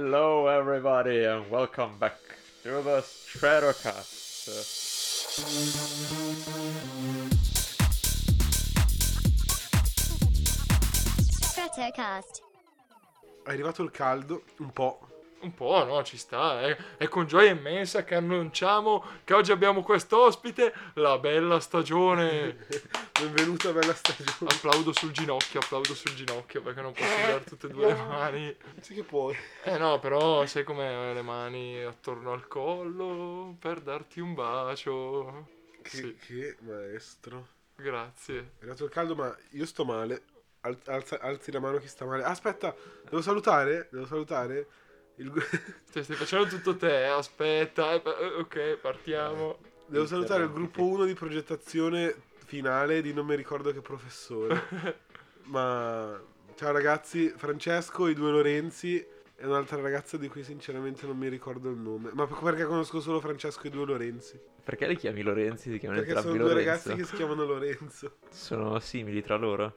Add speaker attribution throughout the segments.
Speaker 1: Hello, everybody, and welcome back to the Stratocast.
Speaker 2: Stratocast.
Speaker 3: È arrivato il caldo, un po'.
Speaker 4: Un po', no, ci sta. eh. È con gioia immensa che annunciamo che oggi abbiamo quest'ospite, la bella stagione.
Speaker 3: Benvenuta bella stagione.
Speaker 4: Applaudo sul ginocchio, applaudo sul ginocchio perché non posso dare tutte e due le mani.
Speaker 3: Ah, Sì che puoi.
Speaker 4: Eh no, però sai come le mani attorno al collo per darti un bacio.
Speaker 3: Che,
Speaker 4: Sì,
Speaker 3: che maestro.
Speaker 4: grazie.
Speaker 3: È arrivato il caldo, ma io sto male. Al- alza- alzi la mano chi sta male. Aspetta, devo salutare? Devo salutare? Il gu-
Speaker 4: Cioè, stai facendo tutto te, eh, aspetta. eh, pa- eh, ok, partiamo.
Speaker 3: devo salutare il gruppo 1 di progettazione finale di non mi ricordo che professore.
Speaker 1: Eh.
Speaker 3: ma ciao ragazzi, Francesco, i due Lorenzi e un'altra ragazza di cui sinceramente non mi ricordo il nome. Ma perché conosco solo Francesco e i due Lorenzi?
Speaker 1: Perché li chiami Lorenzi? Si chiamano
Speaker 3: Perché sono
Speaker 1: entrambi
Speaker 3: due
Speaker 1: Lorenzo.
Speaker 3: ragazzi che si chiamano Lorenzo.
Speaker 1: Sono simili tra loro.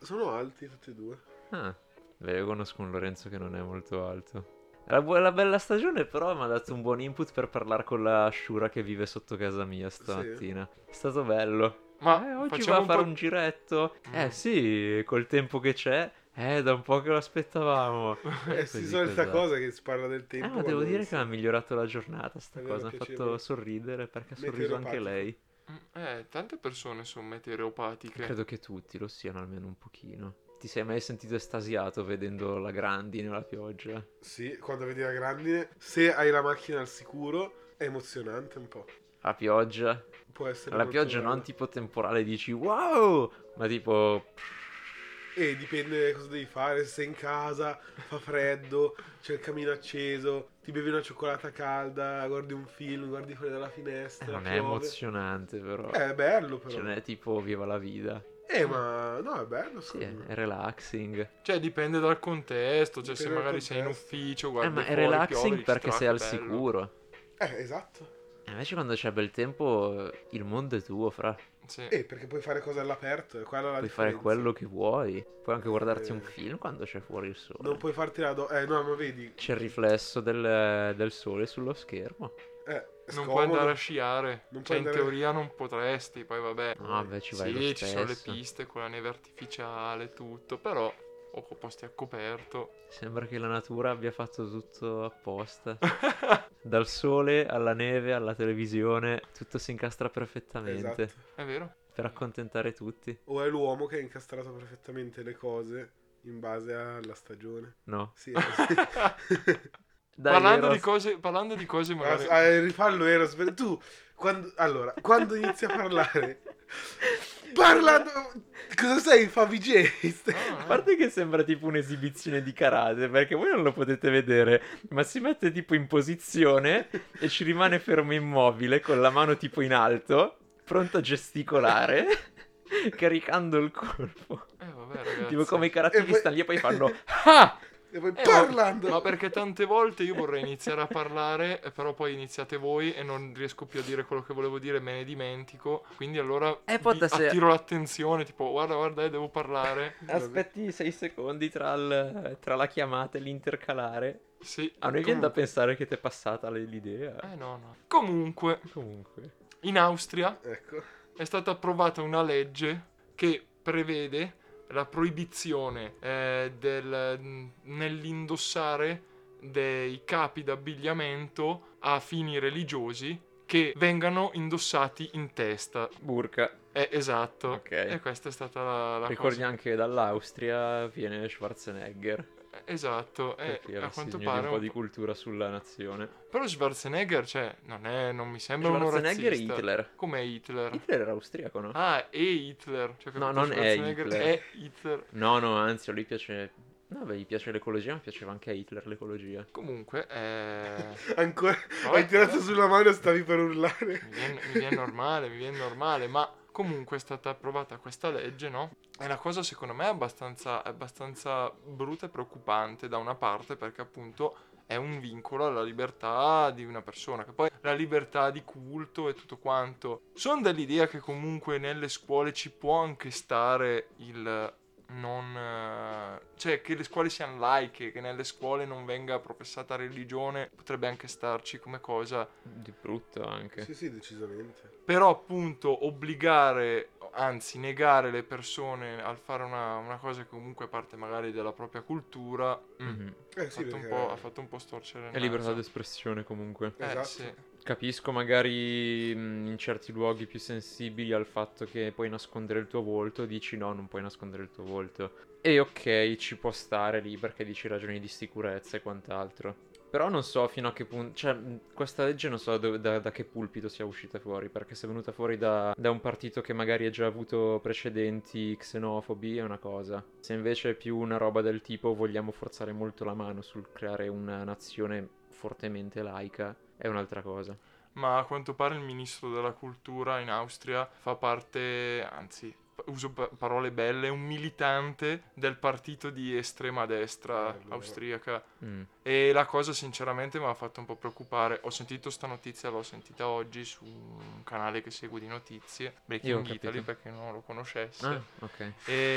Speaker 3: Sono alti tutti e due.
Speaker 1: Ah, beh, io conosco un Lorenzo che non è molto alto. La, bu- la bella stagione, però, mi ha dato un buon input per parlare con la Shura che vive sotto casa mia stamattina. È stato bello.
Speaker 4: Ma
Speaker 1: Eh, oggi va
Speaker 4: facciamo
Speaker 1: a
Speaker 4: un
Speaker 1: fare
Speaker 4: po'-
Speaker 1: un giretto.
Speaker 4: Mm.
Speaker 1: Eh sì, col tempo che c'è. Eh, da un po' che lo aspettavamo.
Speaker 3: Eh, si solita cosa che si parla del
Speaker 1: esatto.
Speaker 3: tempo.
Speaker 1: Ah, ma
Speaker 3: quando
Speaker 1: devo
Speaker 3: non
Speaker 1: dire
Speaker 3: si-
Speaker 1: che mi ha migliorato la giornata sta
Speaker 3: È vero,
Speaker 1: cosa, mi ha fatto
Speaker 3: piacevole.
Speaker 1: sorridere perché ha sorriso anche
Speaker 3: Meteoropatico.
Speaker 1: lei.
Speaker 4: Eh, tante persone sono meteoropatiche.
Speaker 1: Credo che tutti lo siano almeno un pochino. Ti sei mai sentito estasiato vedendo la grandine o la pioggia?
Speaker 3: Sì, quando vedi la grandine, se hai la macchina al sicuro, è emozionante un po'.
Speaker 1: La pioggia?
Speaker 3: Può essere
Speaker 1: La
Speaker 3: molto
Speaker 1: pioggia
Speaker 3: bello.
Speaker 1: non tipo temporale dici wow, ma tipo... eh,
Speaker 3: E dipende cosa devi fare, se sei in casa, fa freddo, c'è il camino acceso, ti bevi una cioccolata calda, guardi un film, guardi fuori dalla
Speaker 1: eh,
Speaker 3: finestra.
Speaker 1: non è Cioè,
Speaker 3: piove. Eh,
Speaker 1: emozionante però.
Speaker 3: È bello però.
Speaker 1: Ce n'è tipo viva la vita.
Speaker 3: Eh, ma no, è bello,
Speaker 1: Sì,
Speaker 3: scusa.
Speaker 1: è è relaxing. Eh,
Speaker 4: Cioè, dipende dal contesto. Cioè, se
Speaker 3: Dipende dal
Speaker 4: magari sei in
Speaker 3: contesto.
Speaker 4: ufficio,
Speaker 1: Eh,
Speaker 4: guardi
Speaker 1: ma è
Speaker 4: fuori, piove,
Speaker 1: relaxing
Speaker 4: dici,
Speaker 1: perché
Speaker 4: "Ah,
Speaker 1: sei al
Speaker 4: che bello".
Speaker 1: sicuro.
Speaker 3: Eh, esatto.
Speaker 1: E Invece quando c'è bel tempo eh, il mondo è tuo, fra.
Speaker 4: Sì.
Speaker 3: Eh, perché puoi fare cose all'aperto, e quella è la
Speaker 1: Puoi fare
Speaker 3: differenza.
Speaker 1: quello che vuoi. Puoi anche guardarti
Speaker 3: Eh.
Speaker 1: un film quando c'è fuori il sole.
Speaker 3: Non puoi farti la do... Eh, no, ma vedi...
Speaker 1: C'è il riflesso del, del sole sullo schermo.
Speaker 3: Eh,
Speaker 4: Non
Speaker 3: scomodo.
Speaker 4: puoi andare a sciare.
Speaker 3: Non puoi
Speaker 4: cioè, in
Speaker 3: andare-
Speaker 4: teoria non potresti, poi vabbè.
Speaker 1: No, vabbè, ci vai
Speaker 4: sì,
Speaker 1: lo
Speaker 4: ci sono le
Speaker 1: stesso.
Speaker 4: piste con la neve artificiale, tutto. Però, o con posti a coperto.
Speaker 1: Sembra che la natura abbia fatto tutto apposta. Dal sole alla neve alla televisione, tutto si incastra perfettamente.
Speaker 3: Esatto.
Speaker 4: È vero?
Speaker 1: Per accontentare tutti.
Speaker 3: O è l'uomo che ha incastrato perfettamente le cose in base alla stagione.
Speaker 1: No.
Speaker 3: Sì, eh, sì.
Speaker 1: Dai,
Speaker 4: parlando,
Speaker 1: Eros,
Speaker 4: di cose, parlando di cose, magari.
Speaker 3: Ah, eh, rifallo Eros, per- tu quando, allora, quando inizi a parlare parla cosa sei Favigest?
Speaker 1: A
Speaker 4: Ah, eh.
Speaker 1: parte che sembra tipo un'esibizione di karate, perché voi non lo potete vedere, ma si mette tipo in posizione e ci rimane fermo immobile con la mano tipo in alto, pronto a gesticolare, caricando il colpo.
Speaker 4: Eh, vabbè, ragazzi.
Speaker 1: Tipo come i
Speaker 3: E
Speaker 1: karatisti
Speaker 3: poi-
Speaker 1: stanno lì e poi fanno ah!
Speaker 3: E poi
Speaker 4: Eh, ma-
Speaker 3: parlando
Speaker 4: Ma perché tante volte io vorrei iniziare a parlare, eh, però poi iniziate voi e non riesco più a dire quello che volevo dire, me ne dimentico. Quindi allora
Speaker 1: Eh,
Speaker 4: vi
Speaker 1: Potta, se-
Speaker 4: attiro l'attenzione, tipo guarda, guarda, eh, devo parlare.
Speaker 1: Aspetti 6 secondi tra, il- tra la chiamata e l'intercalare.
Speaker 4: Sì.
Speaker 1: A noi viene da
Speaker 4: comunque-
Speaker 1: pensare che ti Ah, è passata l- l'idea.
Speaker 4: Eh no, no. Comunque,
Speaker 1: Comunque.
Speaker 4: in Austria
Speaker 3: ecco
Speaker 4: è stata approvata una legge che prevede la proibizione eh, del- nell'indossare dei capi d'abbigliamento a fini religiosi che vengano indossati in testa.
Speaker 1: Burka.
Speaker 4: Eh, esatto.
Speaker 1: Ok.
Speaker 4: E questa è stata la, la
Speaker 1: Ricordi anche dall'Austria viene Schwarzenegger.
Speaker 4: cosa. Eh, Esatto. eh,
Speaker 1: perché
Speaker 4: a
Speaker 1: avessi bisogno
Speaker 4: quanto
Speaker 1: di
Speaker 4: pare.
Speaker 1: un po'
Speaker 4: un
Speaker 1: di
Speaker 4: po'-
Speaker 1: cultura sulla nazione.
Speaker 4: Però Schwarzenegger, cioè, non, è, non mi sembra uno
Speaker 1: Schwarzenegger e
Speaker 4: razzista.
Speaker 1: Hitler.
Speaker 4: Come Hitler?
Speaker 1: Hitler era austriaco, no?
Speaker 4: Ah, è Hitler. Cioè, capito,
Speaker 1: No, non è
Speaker 4: Schwarzenegger
Speaker 1: Hitler.
Speaker 4: È Hitler.
Speaker 1: No, no, anzi, a lui piace No, beh, gli piace l'ecologia, ma piaceva anche a Hitler l'ecologia.
Speaker 4: Comunque, eh,
Speaker 3: ancora
Speaker 4: Vabbè.
Speaker 3: hai tirato sulla mano e stavi per urlare
Speaker 4: mi, viene, mi viene normale, mi viene normale, ma comunque è stata approvata questa legge, no? È una cosa secondo me abbastanza, abbastanza brutta e preoccupante da una parte perché appunto è un vincolo alla libertà di una persona, che poi la libertà di culto e tutto quanto. Sono dell'idea che comunque nelle scuole ci può anche stare il non... eh, cioè che le scuole siano laiche, che nelle scuole non venga professata religione, potrebbe anche starci come cosa.
Speaker 1: Di brutto anche.
Speaker 3: Sì, sì, decisamente.
Speaker 4: Però appunto obbligare, anzi negare le persone al fare una, una cosa che comunque parte magari dalla propria cultura, mm,
Speaker 1: Mhm.
Speaker 3: Eh
Speaker 4: ha
Speaker 3: sì,
Speaker 4: fatto un
Speaker 3: perché-
Speaker 4: po'- ha fatto un po' storcere il
Speaker 1: È libertà
Speaker 4: naso.
Speaker 1: d'espressione comunque.
Speaker 4: Eh,
Speaker 3: Esatto.
Speaker 4: sì.
Speaker 1: Capisco magari mh, in certi luoghi più sensibili al fatto che puoi nascondere il tuo volto, dici no, non puoi nascondere il tuo volto. E ok, ci può stare lì perché dici ragioni di sicurezza e quant'altro. Però non so fino a che punto, cioè mh, questa legge non so dove- da, da che pulpito sia uscita fuori, perché se è venuta fuori da, da un partito che magari ha già avuto precedenti xenofobi è una cosa. Se invece è più una roba del tipo vogliamo forzare molto la mano sul creare una nazione fortemente laica è un'altra cosa.
Speaker 4: ma a quanto pare il ministro della cultura in Austria fa parte, anzi pa- uso pa- parole belle, un militante del partito di estrema destra
Speaker 3: Bello.
Speaker 4: austriaca
Speaker 1: Mm.
Speaker 4: e la cosa sinceramente mi ha fatto un po' preoccupare. Ho sentito sta notizia, l'ho sentita oggi su un canale che segue di notizie,
Speaker 1: Io ho
Speaker 4: Breaking Italy
Speaker 1: capito.
Speaker 4: perché non lo conoscesse.
Speaker 1: Ah, ok.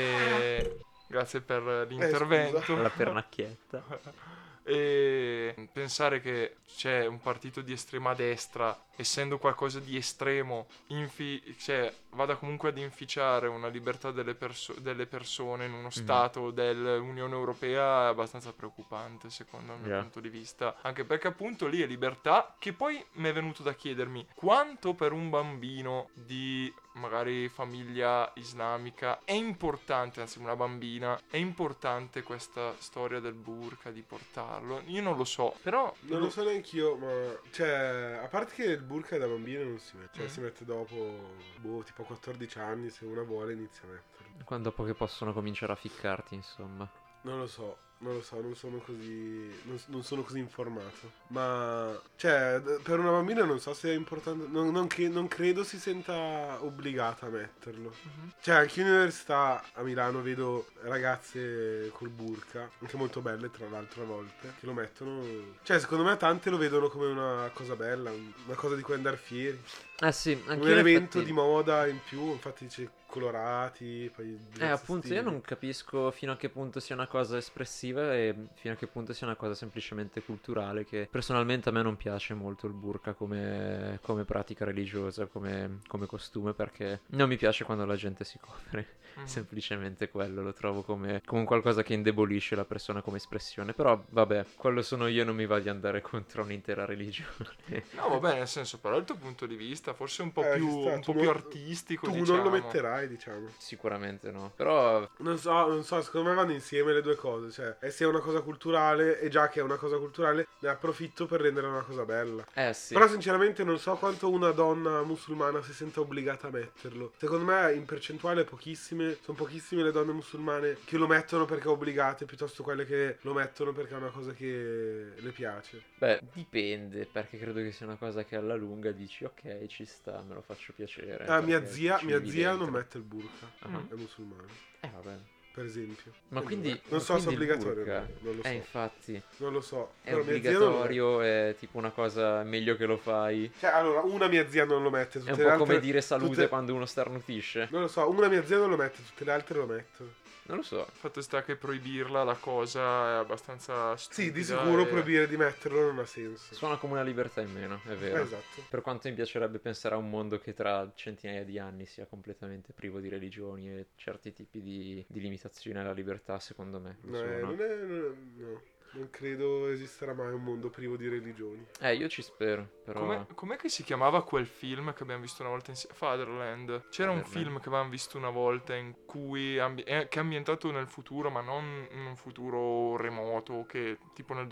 Speaker 4: E grazie per l'intervento.
Speaker 1: La pernacchietta.
Speaker 4: E pensare che c'è un partito di estrema destra, essendo qualcosa di estremo, infi- cioè, vada comunque ad inficiare una libertà delle, perso- delle persone in uno Stato dell'Unione Europea è abbastanza preoccupante, secondo il mio
Speaker 1: Yeah.
Speaker 4: punto di vista. Anche perché appunto lì è libertà, che poi mi è venuto da chiedermi quanto per un bambino di magari famiglia islamica è importante, anzi una bambina, è importante questa storia del burka, di portarlo. Io non lo so, però...
Speaker 3: Non lo so neanch'io, ma... Cioè, a parte che il burka da bambino non si mette. Cioè,
Speaker 4: Mm.
Speaker 3: si mette dopo, boh, tipo a 14 anni, se una vuole inizia a metterlo.
Speaker 1: Quando dopo che possono cominciare a ficcarti, insomma.
Speaker 3: Non lo so, non lo so, non sono così... Non, non sono così informato. Ma... Cioè, d- per una bambina non so se è importante... Non, non che- non credo si senta obbligata a metterlo.
Speaker 4: Mhm.
Speaker 3: Cioè, anche in università a Milano vedo ragazze col burka, anche molto belle tra l'altro a volte, che lo mettono... Cioè, secondo me tante lo vedono come una cosa bella, un- una cosa di cui andare fieri.
Speaker 1: Eh sì, anche
Speaker 3: un elemento di moda in più, infatti dice colorati, poi...
Speaker 1: Eh,
Speaker 3: diversi
Speaker 1: appunto, io
Speaker 3: stili.
Speaker 1: non capisco fino a che punto sia una cosa espressiva e fino a che punto sia una cosa semplicemente culturale. Che personalmente a me non piace molto il burka come, come pratica religiosa, come, come costume, perché non mi piace quando la gente si copre.
Speaker 3: Mm.
Speaker 4: Mhm.
Speaker 1: Semplicemente quello lo trovo come, come un qualcosa che indebolisce la persona come espressione. Però vabbè, quello sono io, non mi va di andare contro un'intera religione.
Speaker 4: No, vabbè, nel senso, però il tuo punto di vista forse un po'
Speaker 3: Eh,
Speaker 4: più,
Speaker 3: ci sta,
Speaker 4: un
Speaker 3: tu
Speaker 4: po' più
Speaker 3: non-
Speaker 4: artistico.
Speaker 3: Tu
Speaker 4: diciamo.
Speaker 3: non lo metterai, diciamo.
Speaker 1: Sicuramente no. Però
Speaker 3: Non so, non so, secondo me vanno insieme le due cose, cioè, e se è una cosa culturale, e già che è una cosa culturale, ne approfitto per rendere una cosa bella.
Speaker 1: eh sì.
Speaker 3: Però sinceramente non so quanto una donna musulmana si senta obbligata a metterlo. Secondo me in percentuale pochissime, sono pochissime le donne musulmane che lo mettono perché obbligate, piuttosto quelle che lo mettono perché è una cosa che le piace.
Speaker 1: Beh, dipende, perché credo che sia una cosa che alla lunga dici ok, ci sta, me lo faccio piacere.
Speaker 3: Ah, mia
Speaker 1: Eh, perché
Speaker 3: zia,
Speaker 1: ci
Speaker 3: mia
Speaker 1: vivi
Speaker 3: zia
Speaker 1: dentro.
Speaker 3: non mette il burka,
Speaker 1: Ah,
Speaker 3: è musulmana,
Speaker 1: Eh vabbè.
Speaker 3: per esempio.
Speaker 1: Ma quindi
Speaker 3: non so se è
Speaker 1: quindi il
Speaker 3: obbligatorio,
Speaker 1: burka-
Speaker 3: non lo so.
Speaker 1: Eh infatti,
Speaker 3: non lo so.
Speaker 1: è
Speaker 3: Però mia zia non lo mette.
Speaker 1: obbligatorio, è tipo una cosa meglio che lo fai.
Speaker 3: Cioè, allora, una mia zia non lo mette,
Speaker 1: È
Speaker 3: tutte
Speaker 1: un
Speaker 3: le
Speaker 1: po'
Speaker 3: altre...
Speaker 1: come dire salute
Speaker 3: tutte-
Speaker 1: quando uno starnutisce.
Speaker 3: Non lo so, una mia zia non lo mette, tutte le altre lo mettono.
Speaker 1: Non lo so.
Speaker 4: Fatto sta che proibirla la cosa è abbastanza stupida.
Speaker 3: Sì, di
Speaker 1: Eh.
Speaker 3: sicuro
Speaker 4: e-
Speaker 3: proibire di metterlo non ha senso.
Speaker 1: Suona come una libertà in meno, è
Speaker 3: Eh,
Speaker 1: vero.
Speaker 3: Esatto.
Speaker 1: Per quanto mi piacerebbe pensare a un mondo che tra centinaia di anni sia completamente privo di religioni e certi tipi di, di limitazioni alla libertà, secondo me.
Speaker 3: No,
Speaker 1: insomma.
Speaker 3: eh, non è, non è- no. Non credo esisterà mai un mondo privo di religioni.
Speaker 1: Eh, io ci spero, però...
Speaker 4: Com'è, com'è che si chiamava quel film che abbiamo visto una volta insieme? Fatherland. C'era un
Speaker 1: Fatherland.
Speaker 4: film che avevamo visto una volta in cui... ambi- eh, che è ambientato nel futuro, ma non in un futuro remoto, che tipo nel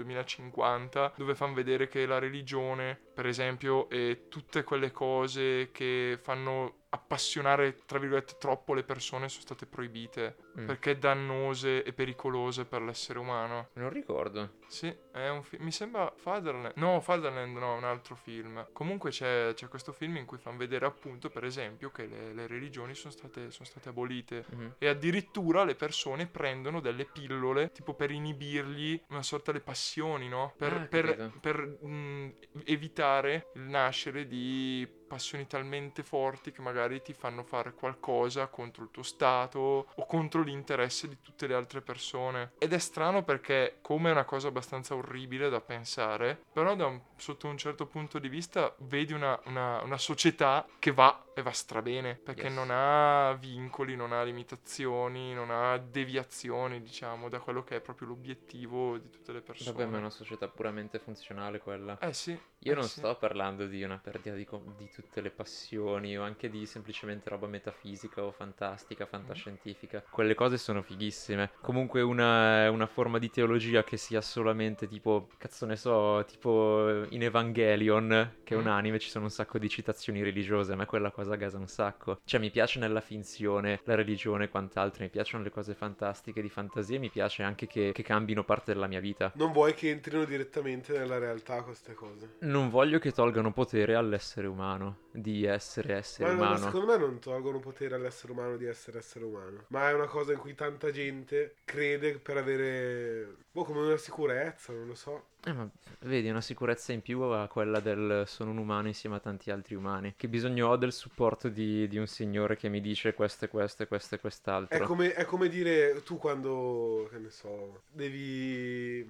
Speaker 4: 2050, dove fanno vedere che la religione, per esempio, e tutte quelle cose che fanno appassionare, tra virgolette, troppo le persone sono state proibite.
Speaker 1: Mm.
Speaker 4: Perché dannose e pericolose per l'essere umano.
Speaker 1: Non ricordo.
Speaker 4: Sì, è un film. Mi sembra Fatherland. No, Fatherland no, è un altro film. Comunque c'è, c'è questo film in cui fanno vedere appunto, per esempio, che le, le religioni sono state, sono state abolite.
Speaker 1: Mhm.
Speaker 4: E addirittura le persone prendono delle pillole, tipo per inibirgli una sorta di passioni, no? Per,
Speaker 1: Ah,
Speaker 4: per-
Speaker 1: capito.
Speaker 4: per, mh, evitare il nascere di passioni talmente forti che magari ti fanno fare qualcosa contro il tuo stato o contro l'interesse di tutte le altre persone. Ed è strano perché, come è una cosa abbastanza orribile da pensare, però da un- sotto un certo punto di vista vedi una, una- una società che va e va strabene, perché
Speaker 1: Yes.
Speaker 4: non ha vincoli, non ha limitazioni, non ha deviazioni, diciamo, da quello che è proprio l'obiettivo di tutte le persone.
Speaker 1: Vabbè, ma è una società puramente funzionale quella.
Speaker 4: Eh sì.
Speaker 1: Io
Speaker 4: eh
Speaker 1: non
Speaker 4: sì.
Speaker 1: sto parlando di una perdita di, com- di tutte le passioni o anche di semplicemente roba metafisica o
Speaker 4: Mm.
Speaker 1: fantastica, fantascientifica. Quelle cose sono fighissime. Comunque una, una forma di teologia che sia solamente tipo, cazzo ne so, tipo in Evangelion, che è un
Speaker 4: Mm.
Speaker 1: anime, ci sono un sacco di citazioni religiose, a me quella cosa gasa un sacco. Cioè mi piace nella finzione, la religione e quant'altro, mi piacciono le cose fantastiche di fantasia e mi piace anche che- che cambino parte della mia vita.
Speaker 3: Non vuoi che entrino direttamente nella realtà queste cose.
Speaker 1: Non voglio che tolgano potere all'essere umano, di essere essere
Speaker 3: Ma no,
Speaker 1: umano.
Speaker 3: secondo me non tolgono potere all'essere umano di essere essere umano. Ma è una cosa in cui tanta gente crede per avere. Boh, come una sicurezza, non lo so.
Speaker 1: Eh, ma vedi, una sicurezza in più a quella del sono un umano insieme a tanti altri umani. Che bisogno ho del supporto di, di un signore che mi dice questo e questo e questo e quest'altro.
Speaker 3: È come, è come dire tu quando, che ne so, devi,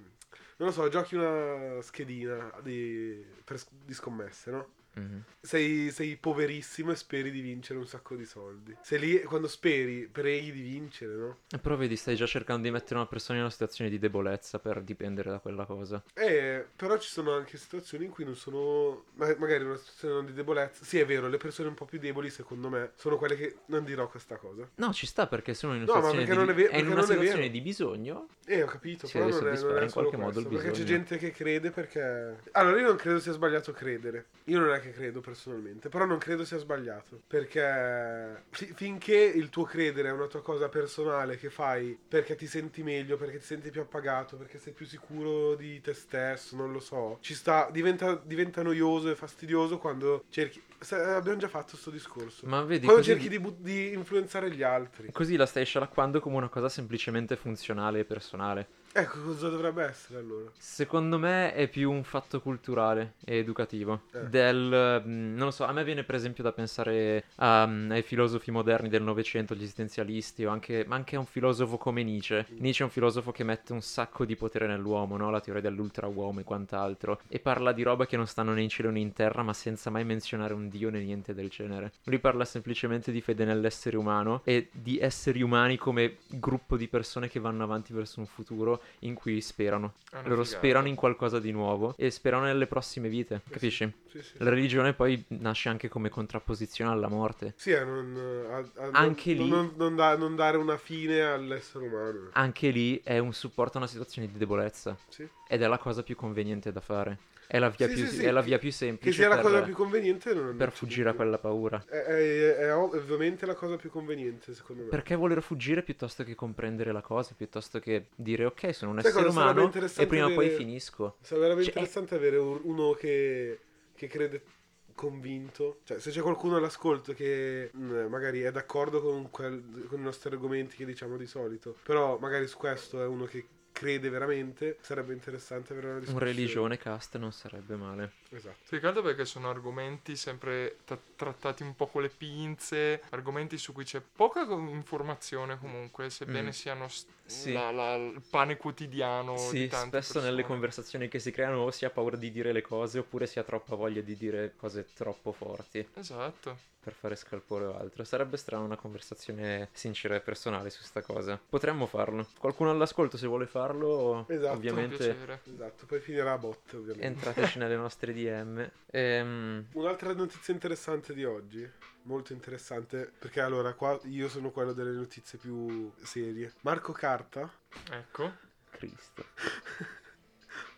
Speaker 3: non lo so, giochi una schedina di, per sc- di scommesse, no?
Speaker 1: Mhm.
Speaker 3: Sei, sei poverissimo e speri di vincere un sacco di soldi. Sei lì e quando speri, preghi di vincere, no?
Speaker 1: E Eh, Però vedi, stai già cercando di mettere una persona in una situazione di debolezza per dipendere da quella cosa.
Speaker 3: Eh, però ci sono anche situazioni in cui non sono. ma- magari una situazione di debolezza. Sì, è vero, le persone un po' più deboli, secondo me, sono quelle che. Non dirò questa cosa.
Speaker 1: No, ci sta perché sono in una
Speaker 3: No, ma
Speaker 1: situazione,
Speaker 3: perché
Speaker 1: di,
Speaker 3: non è ve-
Speaker 1: è in
Speaker 3: perché
Speaker 1: una
Speaker 3: non è vero.
Speaker 1: situazione di bisogno.
Speaker 3: Eh, ho capito,
Speaker 1: Sì,
Speaker 3: però
Speaker 1: deve
Speaker 3: non è, non
Speaker 1: soddisfare
Speaker 3: è
Speaker 1: in
Speaker 3: solo
Speaker 1: qualche modo
Speaker 3: questo,
Speaker 1: il
Speaker 3: perché c'è
Speaker 1: bisogno.
Speaker 3: gente che crede perché... Allora, io non credo sia sbagliato credere. Io non è che credo personalmente, però non credo sia sbagliato. Perché fi- finché il tuo credere è una tua cosa personale che fai perché ti senti meglio, perché ti senti più appagato, perché sei più sicuro di te stesso, non lo so, ci sta... Diventa, diventa noioso e fastidioso quando cerchi... se- eh, abbiamo già fatto sto discorso.
Speaker 1: Ma vedi,
Speaker 3: quando
Speaker 1: così-
Speaker 3: cerchi di, bu- di influenzare gli altri.
Speaker 1: così la stai scialacquando come una cosa semplicemente funzionale e personale.
Speaker 3: Ecco, cosa dovrebbe essere allora?
Speaker 1: Secondo me è più un fatto culturale e educativo.
Speaker 3: Eh.
Speaker 1: Del, mh, non lo so, a me viene per esempio da pensare a, mh, ai filosofi moderni del Novecento, gli esistenzialisti, o anche, ma anche a un filosofo come Nietzsche. Nietzsche è un filosofo che mette un sacco di potere nell'uomo, no? la teoria dell'ultrauomo e quant'altro, e parla di roba che non stanno né in cielo né in terra, ma senza mai menzionare un dio né niente del genere. Lui parla semplicemente di fede nell'essere umano e di esseri umani come gruppo di persone che vanno avanti verso un futuro in cui sperano.
Speaker 4: È Ah, una
Speaker 1: Loro
Speaker 4: figata.
Speaker 1: sperano in qualcosa di nuovo e sperano nelle prossime vite, capisci?
Speaker 3: Sì, sì.
Speaker 1: La religione poi nasce anche come contrapposizione alla morte.
Speaker 3: Sì, a non, eh, a- a-
Speaker 1: Anche
Speaker 3: non-
Speaker 1: lì- Ah,
Speaker 3: non, non da- non dare una fine all'essere umano.
Speaker 1: Anche lì è un supporto a una situazione di debolezza
Speaker 3: Sì.
Speaker 1: ed è la cosa più conveniente da fare. È la via,
Speaker 3: Sì,
Speaker 1: più,
Speaker 3: sì, sì.
Speaker 1: è la via più
Speaker 3: Che
Speaker 1: semplice
Speaker 3: sia la
Speaker 1: per,
Speaker 3: cosa più conveniente. Non
Speaker 1: per fuggire a quella paura.
Speaker 3: È, è- è ov- è ovviamente la cosa più conveniente, secondo me.
Speaker 1: Perché voler fuggire piuttosto che comprendere la cosa, piuttosto che dire ok, sono un
Speaker 3: Sai
Speaker 1: essere
Speaker 3: cosa sarebbe
Speaker 1: umano e
Speaker 3: interessante
Speaker 1: prima o poi
Speaker 3: vedere?
Speaker 1: finisco.
Speaker 3: Sarebbe veramente
Speaker 1: Cioè-
Speaker 3: interessante avere un- uno che, che crede convinto. Cioè, se c'è qualcuno all'ascolto che mh, magari è d'accordo con, quel- con i nostri argomenti che diciamo di solito, però magari su questo è uno che crede veramente, sarebbe interessante avere una
Speaker 1: Un
Speaker 3: discussione.
Speaker 1: religione cast non sarebbe male.
Speaker 3: Esatto.
Speaker 4: Più che altro perché sono argomenti sempre tra- trattati un po' con le pinze, argomenti su cui c'è poca co- informazione comunque, sebbene
Speaker 1: Mm.
Speaker 4: siano s-
Speaker 1: Sì.
Speaker 4: la- la- il pane quotidiano
Speaker 1: Sì,
Speaker 4: di tante
Speaker 1: spesso nelle
Speaker 4: persone.
Speaker 1: conversazioni che si creano o si ha paura di dire le cose oppure si ha troppa voglia di dire cose troppo forti
Speaker 4: Esatto.
Speaker 1: per fare scalpore o altro. Sarebbe strano una conversazione sincera e personale su sta cosa. Potremmo farlo. Qualcuno all'ascolto se vuole farlo,
Speaker 3: Esatto.
Speaker 4: Con
Speaker 1: ovviamente
Speaker 4: piacere.
Speaker 3: Esatto, poi finirà a botte ovviamente.
Speaker 1: entrateci nelle nostre DM. Ehm,
Speaker 3: Un'altra notizia interessante di oggi, molto interessante, perché allora qua io sono quello delle notizie più serie. Marco Carta,
Speaker 4: Ecco.
Speaker 1: Cristo.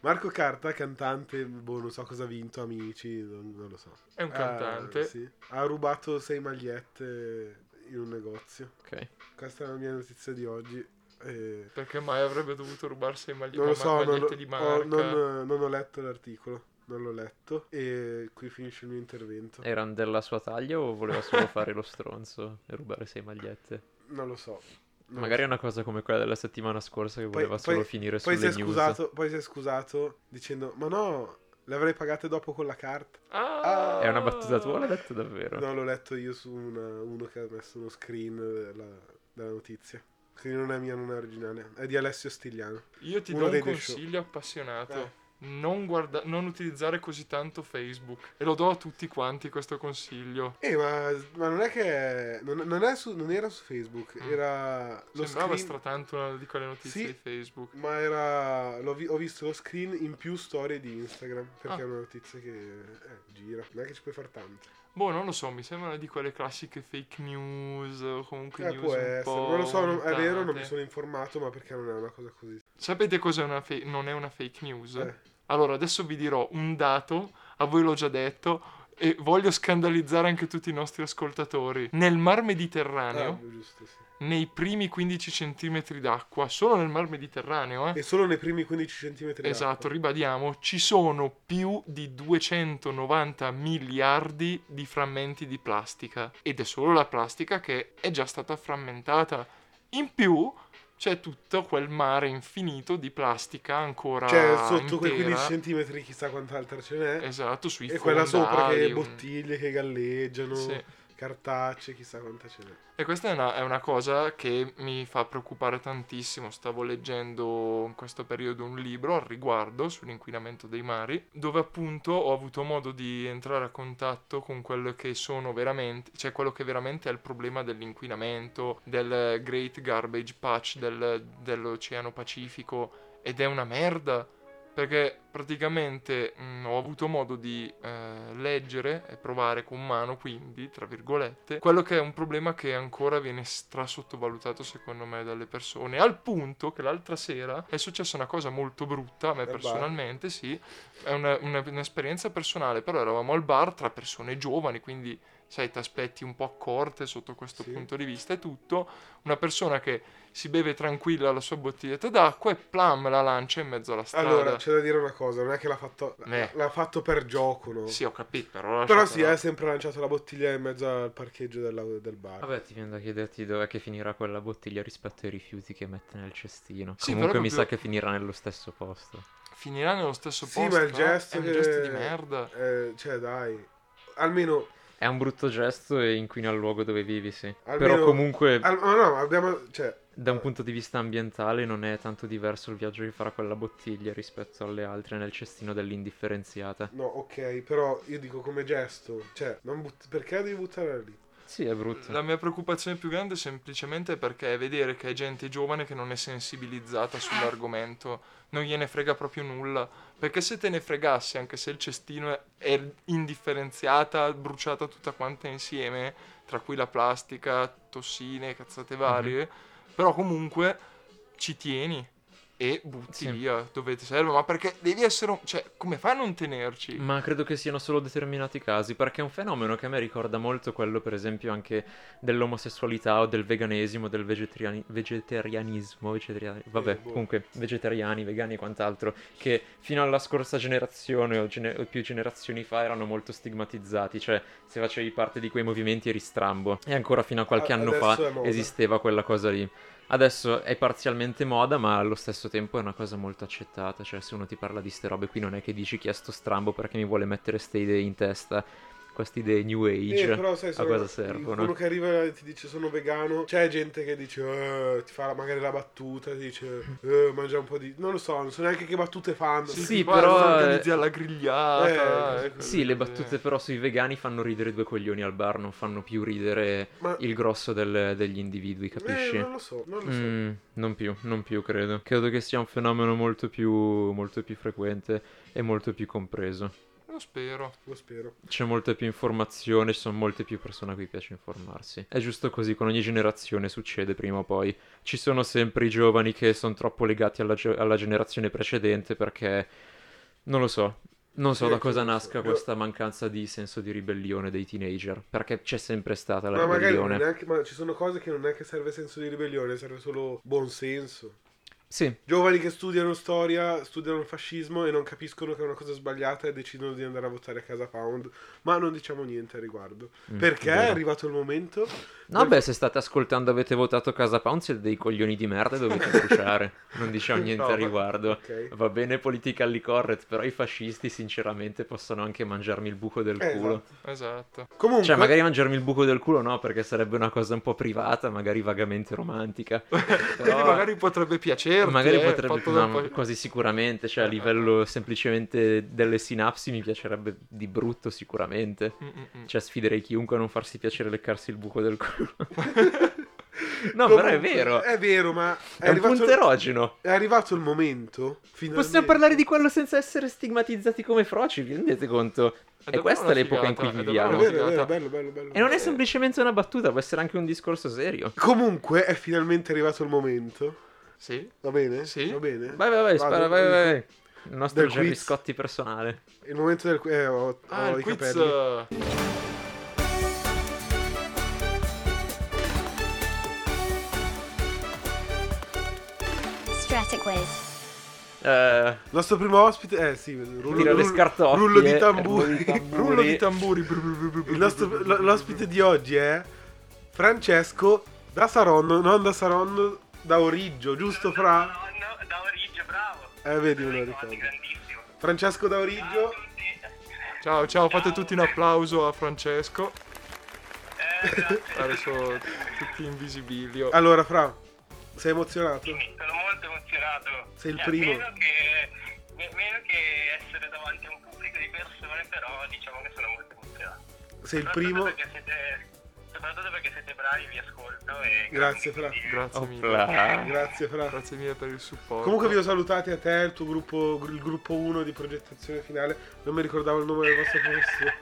Speaker 3: Marco Carta, cantante, boh, non so cosa ha vinto, amici, non, non lo so.
Speaker 4: È un
Speaker 3: Ah,
Speaker 4: cantante.
Speaker 3: sì. Ha rubato sei magliette in un negozio.
Speaker 1: Ok.
Speaker 3: Questa è la mia notizia di oggi. eh,
Speaker 4: Perché mai avrebbe dovuto rubarsi le maglie-
Speaker 3: non lo
Speaker 4: ma-
Speaker 3: so, non,
Speaker 4: magliette
Speaker 3: lo-
Speaker 4: di
Speaker 3: ho-
Speaker 4: marca?
Speaker 3: non- non ho letto l'articolo. Non l'ho letto. E qui finisce il mio intervento.
Speaker 1: Erano della sua taglia o voleva solo fare lo stronzo e rubare sei magliette?
Speaker 3: Non lo so. non lo
Speaker 1: Magari è una cosa come quella della settimana scorsa che
Speaker 3: Poi-
Speaker 1: voleva
Speaker 3: poi-
Speaker 1: solo finire
Speaker 3: Poi si,
Speaker 1: sulle
Speaker 3: è
Speaker 1: news.
Speaker 3: scusato, poi si è scusato dicendo: Ma no, Le avrei pagate dopo con la carta.
Speaker 4: Ah!
Speaker 1: È una battuta tua, l'hai detto davvero?
Speaker 3: No, l'ho letto io su una- uno che ha messo uno screen della, della notizia. Quindi non è mia, non è originale. È di Alessio Stigliano.
Speaker 4: Io ti
Speaker 3: Uno
Speaker 4: do un
Speaker 3: dei due show.
Speaker 4: consiglio appassionato. Non, guarda- non utilizzare così tanto Facebook. E lo do a tutti quanti questo consiglio.
Speaker 3: Eh, ma, ma non è che... Non, non è su- non era su Facebook,
Speaker 4: Mm.
Speaker 3: era... Lo
Speaker 4: Sembrava
Speaker 3: screen-
Speaker 4: stratanto una di quelle notizie
Speaker 3: Sì.
Speaker 4: di Facebook.
Speaker 3: Ma era. l'ho vi- ho visto lo screen in più storie di Instagram. Perché è
Speaker 4: Ah.
Speaker 3: una notizia che eh, gira. Non è che ci puoi fare tanto.
Speaker 4: Boh, non lo so, mi sembrano di quelle classiche fake news o comunque
Speaker 3: Eh,
Speaker 4: news
Speaker 3: può
Speaker 4: un
Speaker 3: essere.
Speaker 4: po'
Speaker 3: Non lo so, non- è
Speaker 4: montate.
Speaker 3: vero, non mi sono informato, ma perché non è una cosa così.
Speaker 4: Sapete cos'è una fa- non è una fake news?
Speaker 3: Eh.
Speaker 4: Allora, adesso vi dirò un dato, a voi l'ho già detto, e voglio scandalizzare anche tutti i nostri ascoltatori. Nel Mar Mediterraneo,
Speaker 3: Ah, giusto, sì.
Speaker 4: nei primi 15 centimetri d'acqua, solo nel Mar Mediterraneo, eh?
Speaker 3: E solo nei primi 15 cm.
Speaker 4: Esatto, ribadiamo, ci sono più di 290 miliardi di frammenti di plastica ed è solo la plastica che è già stata frammentata. In più c'è tutto quel mare infinito di plastica ancora
Speaker 3: Cioè, sotto quei
Speaker 4: intera.
Speaker 3: 15 cm chissà quant'altra ce n'è.
Speaker 4: Esatto, sui
Speaker 3: e quella sopra
Speaker 4: fondali,
Speaker 3: che
Speaker 4: un-
Speaker 3: bottiglie che galleggiano,
Speaker 4: Sì.
Speaker 3: cartacce, chissà quanta ce n'è.
Speaker 4: E questa è una, è una cosa che mi fa preoccupare tantissimo. Stavo leggendo in questo periodo un libro al riguardo sull'inquinamento dei mari, dove appunto ho avuto modo di entrare a contatto con quello che sono veramente, cioè quello che veramente è il problema dell'inquinamento, del Great Garbage Patch, del- dell'Oceano Pacifico, ed è una merda. Perché praticamente mh, ho avuto modo di eh, leggere e provare con mano, quindi, tra virgolette, quello che è un problema che ancora viene strasottovalutato secondo me dalle persone, al punto che l'altra sera è successa una cosa molto brutta, a me
Speaker 3: Al bar?
Speaker 4: personalmente, sì, è una- una- un'esperienza personale, però eravamo al bar tra persone giovani, quindi, sai, ti aspetti un po' accorte sotto questo
Speaker 3: Sì.
Speaker 4: punto di vista e tutto, una persona che si beve tranquilla la sua bottiglietta d'acqua e plam la lancia in mezzo alla strada.
Speaker 3: Allora, c'è da dire una cosa, non è che l'ha fatto,
Speaker 4: Eh.
Speaker 3: l'ha fatto per gioco, no?
Speaker 4: Sì, ho capito, però...
Speaker 3: Però
Speaker 4: lasciatela.
Speaker 3: sì, eh. ha sempre lanciato la bottiglia in mezzo al parcheggio della- del bar.
Speaker 1: Vabbè, ti viene da chiederti dov'è che finirà quella bottiglia rispetto ai rifiuti che mette nel cestino. Comunque
Speaker 4: Sì, però
Speaker 1: mi
Speaker 4: proprio-
Speaker 1: sa che finirà nello stesso posto.
Speaker 4: Finirà nello stesso
Speaker 3: Sì,
Speaker 4: posto.
Speaker 3: ma il
Speaker 4: eh?
Speaker 3: gesto
Speaker 4: È un
Speaker 3: che-
Speaker 4: gesto di merda.
Speaker 3: Eh, cioè, dai. Almeno,
Speaker 1: È un brutto gesto e inquina il luogo dove vivi, sì.
Speaker 3: Almeno-
Speaker 1: Però comunque,
Speaker 3: al- no, no, abbiamo, cioè,
Speaker 1: da un punto di vista ambientale, non è tanto diverso il viaggio che farà quella bottiglia rispetto alle altre nel cestino dell'indifferenziata.
Speaker 3: no, ok, però io dico come gesto, cioè, non butt- perché devi buttare lì?
Speaker 1: Sì, è brutto.
Speaker 4: La mia preoccupazione più grande è semplicemente perché è vedere che è gente giovane che non è sensibilizzata sull'argomento, non gliene frega proprio nulla. Perché se te ne fregassi, anche se il cestino è- è indifferenziata, bruciata tutta quanta insieme, tra cui la plastica, tossine, cazzate varie,
Speaker 1: Mhm.
Speaker 4: però comunque ci tieni e butti
Speaker 1: Sì.
Speaker 4: via dove ti serve. Ma perché devi essere... un- cioè, come fai a non tenerci?
Speaker 1: Ma credo che siano solo determinati casi, perché è un fenomeno che a me ricorda molto quello, per esempio, anche dell'omosessualità o del veganesimo, del vegetariani- vegetarianismo, vegetariani- vabbè,
Speaker 3: boh.
Speaker 1: comunque vegetariani, vegani e quant'altro, che fino alla scorsa generazione o, gene- o più generazioni fa erano molto stigmatizzati, cioè se facevi parte di quei movimenti eri strambo. E ancora fino a qualche
Speaker 3: A-
Speaker 1: anno
Speaker 3: adesso
Speaker 1: fa
Speaker 3: è moda.
Speaker 1: esisteva quella cosa lì. Adesso è parzialmente moda, ma allo stesso tempo è una cosa molto accettata. Cioè, se uno ti parla di ste robe qui, non è che dici chi è sto strambo perché mi vuole mettere ste idee in testa. Queste idee new
Speaker 3: Eh,
Speaker 1: age.
Speaker 3: però sai,
Speaker 1: a cosa servono?
Speaker 3: Uno che arriva e ti dice sono vegano, c'è gente che dice, "Eh", ti fa magari la battuta, ti dice, "Eh, mangia un po' di... Non lo so, non so neanche che battute fanno.
Speaker 1: Sì,
Speaker 4: tipo,
Speaker 1: però,
Speaker 4: ah,
Speaker 1: eh,
Speaker 4: organizzi alla grigliata.
Speaker 3: eh,
Speaker 4: ecco,
Speaker 1: sì, le
Speaker 4: così.
Speaker 1: battute però sui vegani fanno ridere due coglioni al bar, non fanno più ridere
Speaker 3: Ma...
Speaker 1: il grosso del- degli individui,
Speaker 3: Eh,
Speaker 1: capisci?
Speaker 3: non lo so, non lo so.
Speaker 1: Mm, non più, non più credo. Credo che sia un fenomeno molto più, molto più frequente e molto più compreso.
Speaker 4: Lo spero.
Speaker 3: Lo spero.
Speaker 1: C'è molta più informazione, ci sono molte più persone a cui piace informarsi. È giusto così, con ogni generazione succede prima o poi. Ci sono sempre i giovani che sono troppo legati alla, ge- alla generazione precedente perché non lo so. Non so
Speaker 3: Sì,
Speaker 1: da cosa
Speaker 3: sì, sì.
Speaker 1: nasca
Speaker 3: Io-
Speaker 1: questa mancanza di senso di ribellione dei teenager, perché c'è sempre stata la
Speaker 3: Ma magari non
Speaker 1: ribellione.
Speaker 3: neanche, ma ci sono cose che non è che serve senso di ribellione, serve solo buon senso.
Speaker 1: Sì,
Speaker 3: Giovani che studiano storia, studiano il fascismo e non capiscono che è una cosa sbagliata e decidono di andare a votare a casa Pound, ma non diciamo niente al riguardo.
Speaker 1: Mm,
Speaker 3: perché è
Speaker 1: vero.
Speaker 3: arrivato il momento?
Speaker 1: No, beh, se state ascoltando e avete votato Casa Pound siete dei coglioni di merda e dovete bruciare. Non diciamo niente
Speaker 3: No,
Speaker 1: al
Speaker 3: ma-
Speaker 1: riguardo.
Speaker 3: Ok.
Speaker 1: Va bene politically correct, però i fascisti sinceramente possono anche mangiarmi il buco del
Speaker 3: Eh,
Speaker 1: culo.
Speaker 3: esatto.
Speaker 4: Esatto.
Speaker 3: Comunque,
Speaker 1: Cioè, magari mangiarmi il buco del culo no, perché sarebbe una cosa un po' privata, magari vagamente romantica.
Speaker 4: Quindi magari potrebbe piacerti.
Speaker 1: Magari
Speaker 4: eh,
Speaker 1: potrebbe,
Speaker 4: fatto
Speaker 1: no,
Speaker 4: da un po'-
Speaker 1: quasi sicuramente, cioè a
Speaker 4: Eh, eh,
Speaker 1: livello semplicemente delle sinapsi mi piacerebbe di brutto sicuramente.
Speaker 4: Mm, mm, mm.
Speaker 1: Cioè sfiderei chiunque a non farsi piacere leccarsi il buco del culo. no, però è
Speaker 3: comunque-
Speaker 1: vero. È,
Speaker 3: È vero, ma è,
Speaker 1: un
Speaker 3: arrivato,
Speaker 1: punto erogeno.
Speaker 3: è arrivato il momento. Finalmente.
Speaker 1: Possiamo parlare di quello senza essere stigmatizzati come froci, vi rendete conto?
Speaker 4: È
Speaker 1: E
Speaker 4: davvero
Speaker 1: questa è
Speaker 4: una
Speaker 1: l'epoca in
Speaker 4: figata,
Speaker 1: cui
Speaker 4: è
Speaker 1: viviamo.
Speaker 4: davvero
Speaker 3: È
Speaker 4: una
Speaker 3: vero, è vero,
Speaker 4: figata.
Speaker 3: bello, bello, bello.
Speaker 1: E non è semplicemente una battuta, può essere anche un discorso serio.
Speaker 3: Comunque è finalmente arrivato il momento.
Speaker 4: Sì.
Speaker 3: Va bene?
Speaker 4: Sì.
Speaker 3: Va bene?
Speaker 1: Vai, vai, vai,
Speaker 3: Vado?
Speaker 1: spara, vai, vai. vai. Il nostro
Speaker 3: Del
Speaker 1: Jerry
Speaker 3: quiz.
Speaker 1: Scotti personale.
Speaker 3: Il momento del... Eh, ho,
Speaker 4: Ah,
Speaker 3: ho
Speaker 4: il
Speaker 3: i
Speaker 4: quiz.
Speaker 3: capelli.
Speaker 4: eh,
Speaker 2: Strataquiz.
Speaker 1: Eh,
Speaker 3: Il nostro primo ospite... Eh sì, rullo,
Speaker 1: Tira le
Speaker 3: rullo-
Speaker 1: scartoffie,
Speaker 3: eh, Rullo di
Speaker 1: rullo di
Speaker 3: tamburi.
Speaker 1: tamburi.
Speaker 4: Rullo di tamburi. bru, bru, bru, bru, bru,
Speaker 3: Il nostro-
Speaker 4: bru,
Speaker 3: l-
Speaker 4: bru,
Speaker 3: l'ospite di oggi è Francesco da Saronno, non da Saronno, da Origgio, giusto Fra?
Speaker 5: No, no, da Origio, bravo.
Speaker 3: Eh, vedi, me lo ricordo.
Speaker 5: Ricordi, grandissimo.
Speaker 3: Francesco da Origgio.
Speaker 4: bru. Ciao, ciao, fate tutti un applauso a Francesco.
Speaker 5: Eh, grazie.
Speaker 4: Adesso tutti in visibilio.
Speaker 3: Allora, Fra, sei emozionato?
Speaker 5: Sì, sono molto emozionato.
Speaker 3: Sei il
Speaker 5: Cioè,
Speaker 3: primo.
Speaker 5: Meno che, me- meno che essere davanti a un pubblico di persone, però diciamo che sono molto emozionato.
Speaker 3: Sei il
Speaker 5: Soprattutto
Speaker 3: primo?
Speaker 5: Perché siete, soprattutto perché siete bravi, vi ascolto e...
Speaker 3: Grazie, Fra.
Speaker 1: Oh,
Speaker 4: Grazie mille.
Speaker 1: opla.
Speaker 3: Grazie, Fra.
Speaker 4: Grazie mille per il supporto.
Speaker 3: Comunque vi ho salutati a te, il tuo gruppo, il gruppo 1 di progettazione finale. Non mi ricordavo il nome del vostro professore.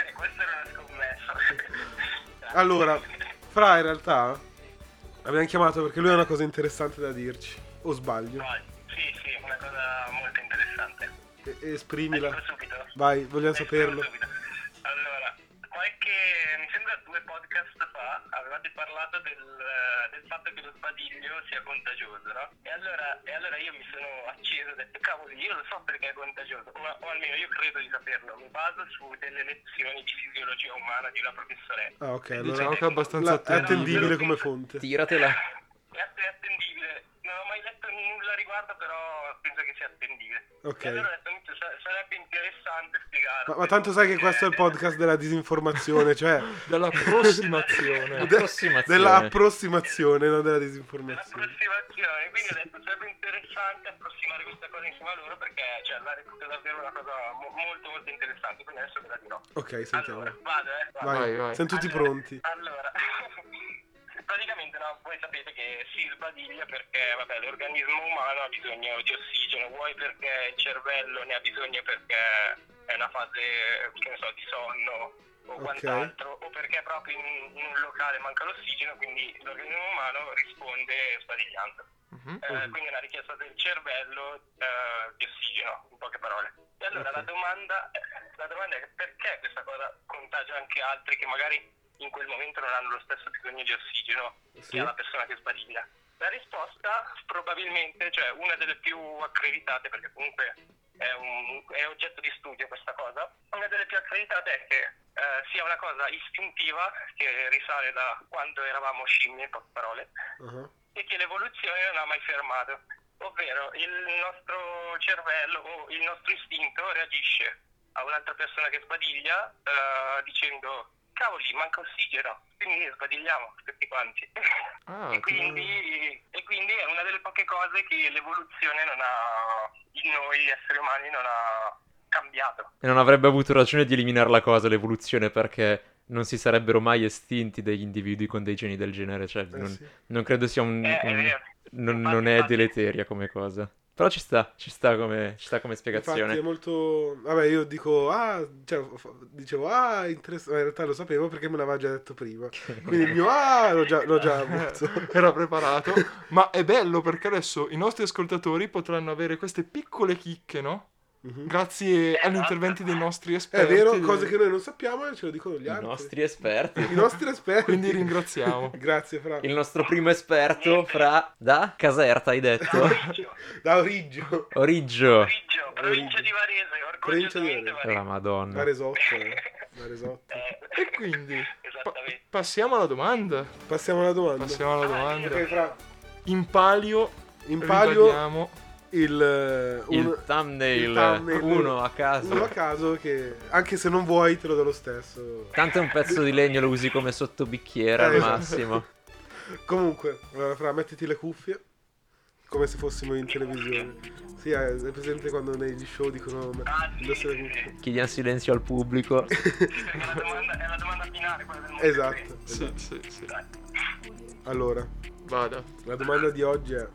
Speaker 5: Eh, Questa era una scommessa. Grazie.
Speaker 3: Allora, Fra, in realtà, abbiamo chiamato perché lui ha una cosa interessante da dirci. O sbaglio?
Speaker 5: No, sì, sì, una cosa molto interessante.
Speaker 3: E-
Speaker 5: Ecco
Speaker 3: esprimila.
Speaker 5: subito.
Speaker 3: Vai, vogliamo
Speaker 5: Eh,
Speaker 3: saperlo.
Speaker 5: subito. Allora, qualche, mi sembra due podcast fa, avevate parlato del, eh, del fatto che lo sbadiglio sia contagioso, no? E allora, e allora io mi sono acceso e ho detto, cavoli, io lo so perché è contagioso, o, o almeno io credo di saperlo, mi baso su delle lezioni di fisiologia umana di una professoressa.
Speaker 3: Ah, ok. Allora,
Speaker 4: Diciamo che è abbastanza
Speaker 3: la- è attendibile
Speaker 4: attendibile.
Speaker 3: come fonte.
Speaker 1: Tiratela.
Speaker 5: È att- è attendibile, non ho mai letto nulla a riguardo, però penso che sia attendibile.
Speaker 3: Ok.
Speaker 5: E allora ho detto, "Minchia, sa- sarebbe interessante spiegare.
Speaker 3: Ma, ma tanto sai che questo è il podcast della disinformazione, cioè
Speaker 4: Dell'approssimazione.
Speaker 1: Approssimazione.
Speaker 3: dell'approssimazione, non della disinformazione.
Speaker 5: L'approssimazione, quindi ho detto sarebbe interessante approssimare questa cosa insieme a loro perché cioè, la reputo davvero una cosa mo- molto molto interessante, quindi adesso ve la dirò.
Speaker 3: Ok, sentiamo.
Speaker 5: Allora, vado eh. vado.
Speaker 3: Vai,
Speaker 4: Vai, vai.
Speaker 3: siamo tutti
Speaker 5: Allora-
Speaker 3: pronti.
Speaker 5: Allora, praticamente no, voi sapete che si sbadiglia perché vabbè, l'organismo umano ha bisogno di ossigeno, vuoi perché il cervello ne ha bisogno perché è una fase, che ne so, di sonno o
Speaker 3: Ok.
Speaker 5: quant'altro, o perché proprio in, in un locale manca l'ossigeno, quindi l'organismo umano risponde sbadigliando.
Speaker 3: Mm-hmm.
Speaker 4: Mhm.
Speaker 5: Eh, quindi è una richiesta del cervello eh, di ossigeno, in poche parole. E allora
Speaker 3: Ok.
Speaker 5: la, domanda, eh, la domanda è che perché questa cosa contagia anche altri che magari in quel momento non hanno lo stesso bisogno di ossigeno
Speaker 3: Eh Sì.
Speaker 5: che ha la persona che sbadiglia? La risposta probabilmente, cioè una delle più accreditate, perché comunque è, un- è oggetto di studio questa cosa, una delle più accreditate è che eh, sia una cosa istintiva che risale da quando eravamo scimmie, in poche parole,
Speaker 3: Ah,
Speaker 5: e che l'evoluzione non ha mai fermato. Ovvero il nostro cervello o il nostro istinto reagisce a un'altra persona che sbadiglia eh, dicendo cavoli manca ossigeno, quindi sbadigliamo tutti quanti.
Speaker 4: Ah,
Speaker 5: e, quindi, e quindi è una delle poche cose che l'evoluzione non ha, in noi esseri umani non ha cambiato.
Speaker 1: E non avrebbe avuto ragione di eliminare la cosa, l'evoluzione, perché non si sarebbero mai estinti degli individui con dei geni del genere. Cioè,
Speaker 3: eh
Speaker 1: non,
Speaker 3: sì.
Speaker 1: non credo sia un.
Speaker 5: Eh, è
Speaker 1: un-
Speaker 5: vero.
Speaker 1: Mm, non,
Speaker 5: Infatti,
Speaker 1: non è
Speaker 5: infatti.
Speaker 1: deleteria come cosa. Però ci sta, ci sta come, ci sta come spiegazione.
Speaker 3: Infatti è molto... Vabbè, io dico... Ah, cioè, fa- dicevo... Ah, interessante. In realtà lo sapevo perché me l'aveva già detto prima. Quindi il mio... Ah, l'ho già, l'ho già avuto.
Speaker 4: Era preparato, ma è bello perché adesso i nostri ascoltatori potranno avere queste piccole chicche, no?
Speaker 3: Mhm.
Speaker 4: Grazie
Speaker 5: esatto.
Speaker 4: agli interventi dei nostri
Speaker 3: È
Speaker 4: esperti.
Speaker 3: vero, cose che noi non sappiamo e ce lo dicono gli
Speaker 1: I
Speaker 3: altri.
Speaker 1: nostri esperti.
Speaker 3: I nostri esperti.
Speaker 4: Quindi ringraziamo.
Speaker 3: Grazie, Fra.
Speaker 1: Il nostro primo esperto fra da Caserta, hai detto.
Speaker 5: Riggio,
Speaker 3: Da Origgio.
Speaker 1: Origgio.
Speaker 5: Riggio, provincia di Varese, orgogliosamente
Speaker 3: Provincia
Speaker 1: La
Speaker 5: Varese.
Speaker 1: madonna.
Speaker 3: La risotto. eh. La risotto.
Speaker 5: Eh,
Speaker 4: E quindi pa-
Speaker 5: Esattamente.
Speaker 4: passiamo alla domanda.
Speaker 3: Passiamo alla domanda.
Speaker 4: Passiamo alla
Speaker 3: Ok,
Speaker 4: domanda.
Speaker 3: Fra.
Speaker 4: In palio,
Speaker 3: In palio
Speaker 4: ribadiamo,
Speaker 3: il, eh, un-
Speaker 1: Il thumbnail,
Speaker 3: il thumbnail.
Speaker 1: uno a caso.
Speaker 3: Uno a caso che anche se non vuoi te lo do lo stesso.
Speaker 1: Tanto un pezzo di legno lo usi come sottobicchiera
Speaker 3: Eh,
Speaker 1: al
Speaker 3: esatto.
Speaker 1: massimo.
Speaker 3: Comunque, allora, Fra, mettiti le cuffie. Come se fossimo in televisione. Sì, eh, è presente quando negli show dicono
Speaker 5: Ah, sì,
Speaker 3: indossa le
Speaker 5: sì, sì.
Speaker 3: cuffie.
Speaker 1: Chiediamo silenzio al pubblico.
Speaker 5: Perché la domanda, è la domanda finale quella del mondo.
Speaker 3: Esatto.
Speaker 4: Sì, sì, sì.
Speaker 3: Allora,
Speaker 4: Vada.
Speaker 3: la domanda di oggi è...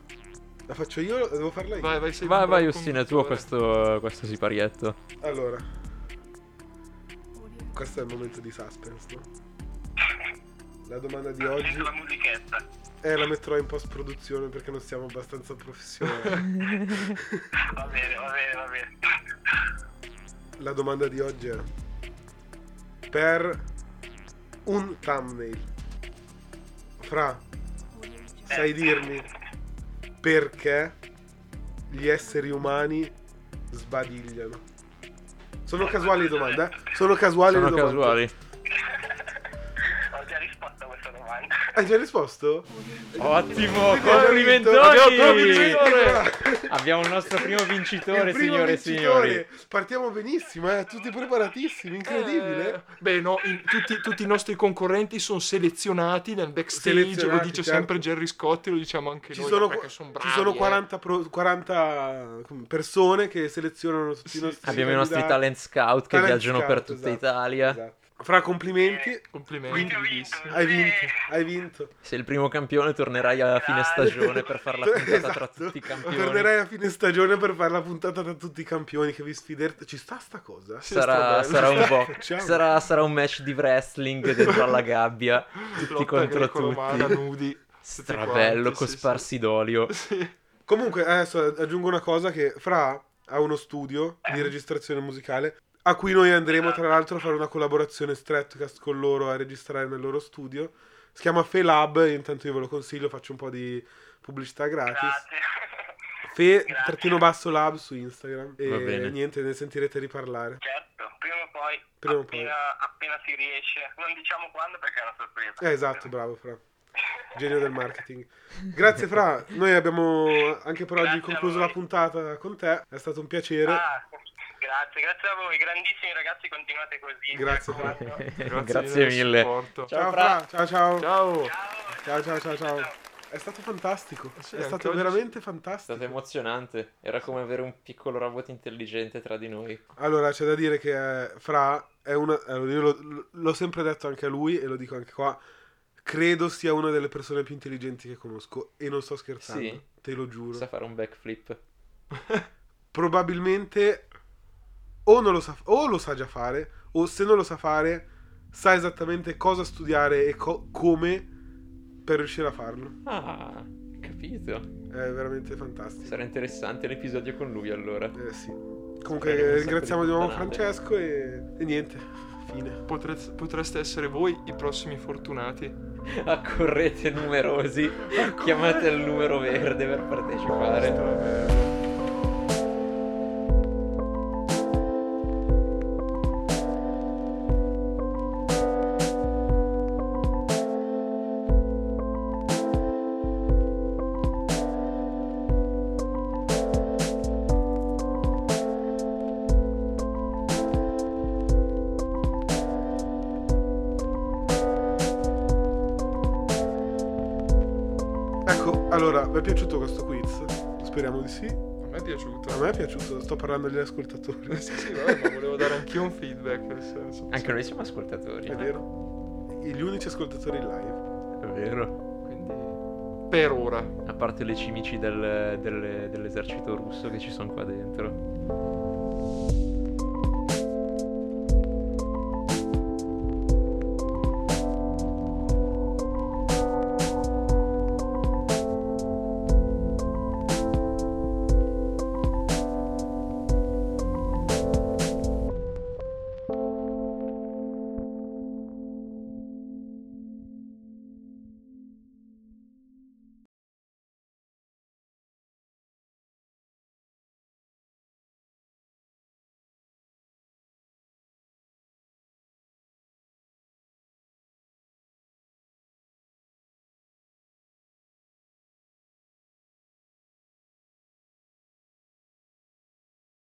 Speaker 3: La faccio io? o Devo farla io?
Speaker 4: Vai, vai, sei
Speaker 1: Vai,
Speaker 4: un
Speaker 1: vai,
Speaker 4: bravo
Speaker 1: Ostina, tuo
Speaker 4: conduttore.
Speaker 1: questo, questo siparietto.
Speaker 3: Allora. Questo è il momento di suspense, no? La domanda di oggi
Speaker 5: Sento la musichetta.
Speaker 3: eh, la metterò in post produzione perché non siamo abbastanza professionali.
Speaker 5: Va bene, va bene, va bene.
Speaker 3: La domanda di oggi è per un thumbnail. Fra, sai dirmi perché gli esseri umani sbadigliano? Sono casuali le domande, eh? Sono casuali
Speaker 1: Sono
Speaker 3: le domande.
Speaker 1: casuali.
Speaker 5: Ho già risposto a questa domanda.
Speaker 3: Hai già risposto?
Speaker 1: Ottimo,
Speaker 3: Abbiamo
Speaker 1: complimentoni!
Speaker 3: il vincitore!
Speaker 1: Abbiamo il nostro primo vincitore,
Speaker 3: Il primo
Speaker 1: signore e
Speaker 3: vincitore.
Speaker 1: signori.
Speaker 3: Partiamo benissimo, eh, tutti preparatissimi, incredibile.
Speaker 4: Eh, beh, no, in- tutti, tutti i nostri concorrenti sono selezionati nel backstage.
Speaker 3: Selezionati,
Speaker 4: lo dice
Speaker 3: certo.
Speaker 4: sempre Gerry Scotti, lo diciamo anche
Speaker 3: Ci
Speaker 4: noi.
Speaker 3: sono,
Speaker 4: perché
Speaker 3: qu-
Speaker 4: son
Speaker 3: ci sono
Speaker 4: bravi, eh.
Speaker 3: 40, pro- 40 persone che selezionano tutti i
Speaker 4: Sì.
Speaker 3: nostri
Speaker 1: Abbiamo i nostri
Speaker 3: candidati.
Speaker 1: talent scout che
Speaker 3: Talent
Speaker 1: viaggiano
Speaker 3: scout,
Speaker 1: per tutta
Speaker 3: esatto,
Speaker 1: Italia.
Speaker 3: esatto. Fra complimenti,
Speaker 4: Complimenti.
Speaker 5: Ho vinto.
Speaker 4: bellissimi.
Speaker 3: hai vinto,
Speaker 5: Sì.
Speaker 3: hai vinto.
Speaker 1: Sei il primo campione, tornerai a fine
Speaker 5: Grazie.
Speaker 1: stagione per fare la puntata tra
Speaker 3: Ah, Esatto.
Speaker 1: tutti i campioni.
Speaker 3: Tornerai a fine stagione per fare la puntata tra tutti i campioni che vi sfiderete. Ci sta sta cosa?
Speaker 4: Sì,
Speaker 1: Sarà,
Speaker 4: sta bello.
Speaker 1: sarà un box.
Speaker 3: Facciamo.
Speaker 1: Sarà, sarà un match di wrestling dentro alla gabbia, tutti
Speaker 4: Lotta
Speaker 1: contro
Speaker 4: greco-romana,
Speaker 1: tutti.
Speaker 4: nudi. tutti
Speaker 1: Strabello,
Speaker 4: quanti, sì,
Speaker 1: cosparsi d'olio.
Speaker 4: sì. Sì.
Speaker 3: Comunque, adesso aggiungo una cosa che Fra ha uno studio
Speaker 5: Eh.
Speaker 3: di registrazione musicale a cui noi andremo
Speaker 5: Esatto.
Speaker 3: tra l'altro a fare una collaborazione streetcast con loro a registrare nel loro studio. Si chiama Felab, intanto io ve lo consiglio, faccio un po' di pubblicità gratis.
Speaker 5: Grazie. Grazie.
Speaker 3: Fe-lab su Instagram
Speaker 1: Va
Speaker 3: e
Speaker 1: bene.
Speaker 3: niente, ne sentirete riparlare.
Speaker 5: Certo, prima o poi.
Speaker 3: Prima o
Speaker 5: appena, appena si riesce. Non diciamo quando perché è una sorpresa.
Speaker 3: Eh, esatto, bravo Fra. Genio del marketing. Grazie Fra, noi abbiamo anche per oggi
Speaker 5: Grazie a
Speaker 3: concluso
Speaker 5: voi.
Speaker 3: la puntata con te, è stato un piacere.
Speaker 5: Ah, grazie, grazie a voi, grandissimi ragazzi, continuate così. mi
Speaker 3: Grazie.
Speaker 5: raccomando.
Speaker 1: Grazie,
Speaker 4: del
Speaker 1: mille.
Speaker 4: supporto.
Speaker 1: Ciao,
Speaker 3: ciao
Speaker 1: Fra.
Speaker 3: Fra, ciao ciao.
Speaker 4: Ciao.
Speaker 3: Ciao ciao ciao ciao. È stato fantastico.
Speaker 4: Eh Sì,
Speaker 3: è
Speaker 4: anche
Speaker 3: stato
Speaker 4: oggi
Speaker 3: veramente
Speaker 1: È stato
Speaker 3: fantastico.
Speaker 1: emozionante. Era come avere un piccolo robot intelligente tra di noi.
Speaker 3: Allora, c'è da dire che eh, Fra è una. allora, Io lo- l'ho sempre detto anche a lui e lo dico anche qua. Credo sia una delle persone più intelligenti che conosco. E non sto scherzando.
Speaker 1: Sì.
Speaker 3: Te lo giuro.
Speaker 1: Sa fare un backflip.
Speaker 3: Probabilmente o, non lo sa, o lo sa già fare, o se non lo sa fare, sa esattamente cosa studiare e co- come per riuscire a farlo.
Speaker 1: Ah, capito.
Speaker 3: È veramente fantastico.
Speaker 1: Sarà interessante l'episodio con lui allora.
Speaker 3: Eh sì.
Speaker 1: Speriamo un
Speaker 3: Comunque
Speaker 1: sacco
Speaker 3: ringraziamo
Speaker 1: di
Speaker 3: di nuovo
Speaker 1: puttanate.
Speaker 3: Francesco e, e niente, fine.
Speaker 4: Potre- potreste essere voi i prossimi fortunati.
Speaker 1: Accorrete numerosi. Chiamate il numero verde per partecipare.
Speaker 3: Ecco, allora, vi è piaciuto questo quiz? Speriamo di sì. A
Speaker 4: A me è piaciuto.
Speaker 3: me è piaciuto, sto parlando agli ascoltatori.
Speaker 4: Eh, Sì, sì, vabbè, ma volevo dare anch'io un feedback. Nel senso.
Speaker 1: Anche noi siamo ascoltatori.
Speaker 3: È vero. Gli unici ascoltatori live.
Speaker 1: È vero.
Speaker 4: Quindi, per ora.
Speaker 1: A parte le cimici del- del- dell'esercito russo che ci sono qua dentro.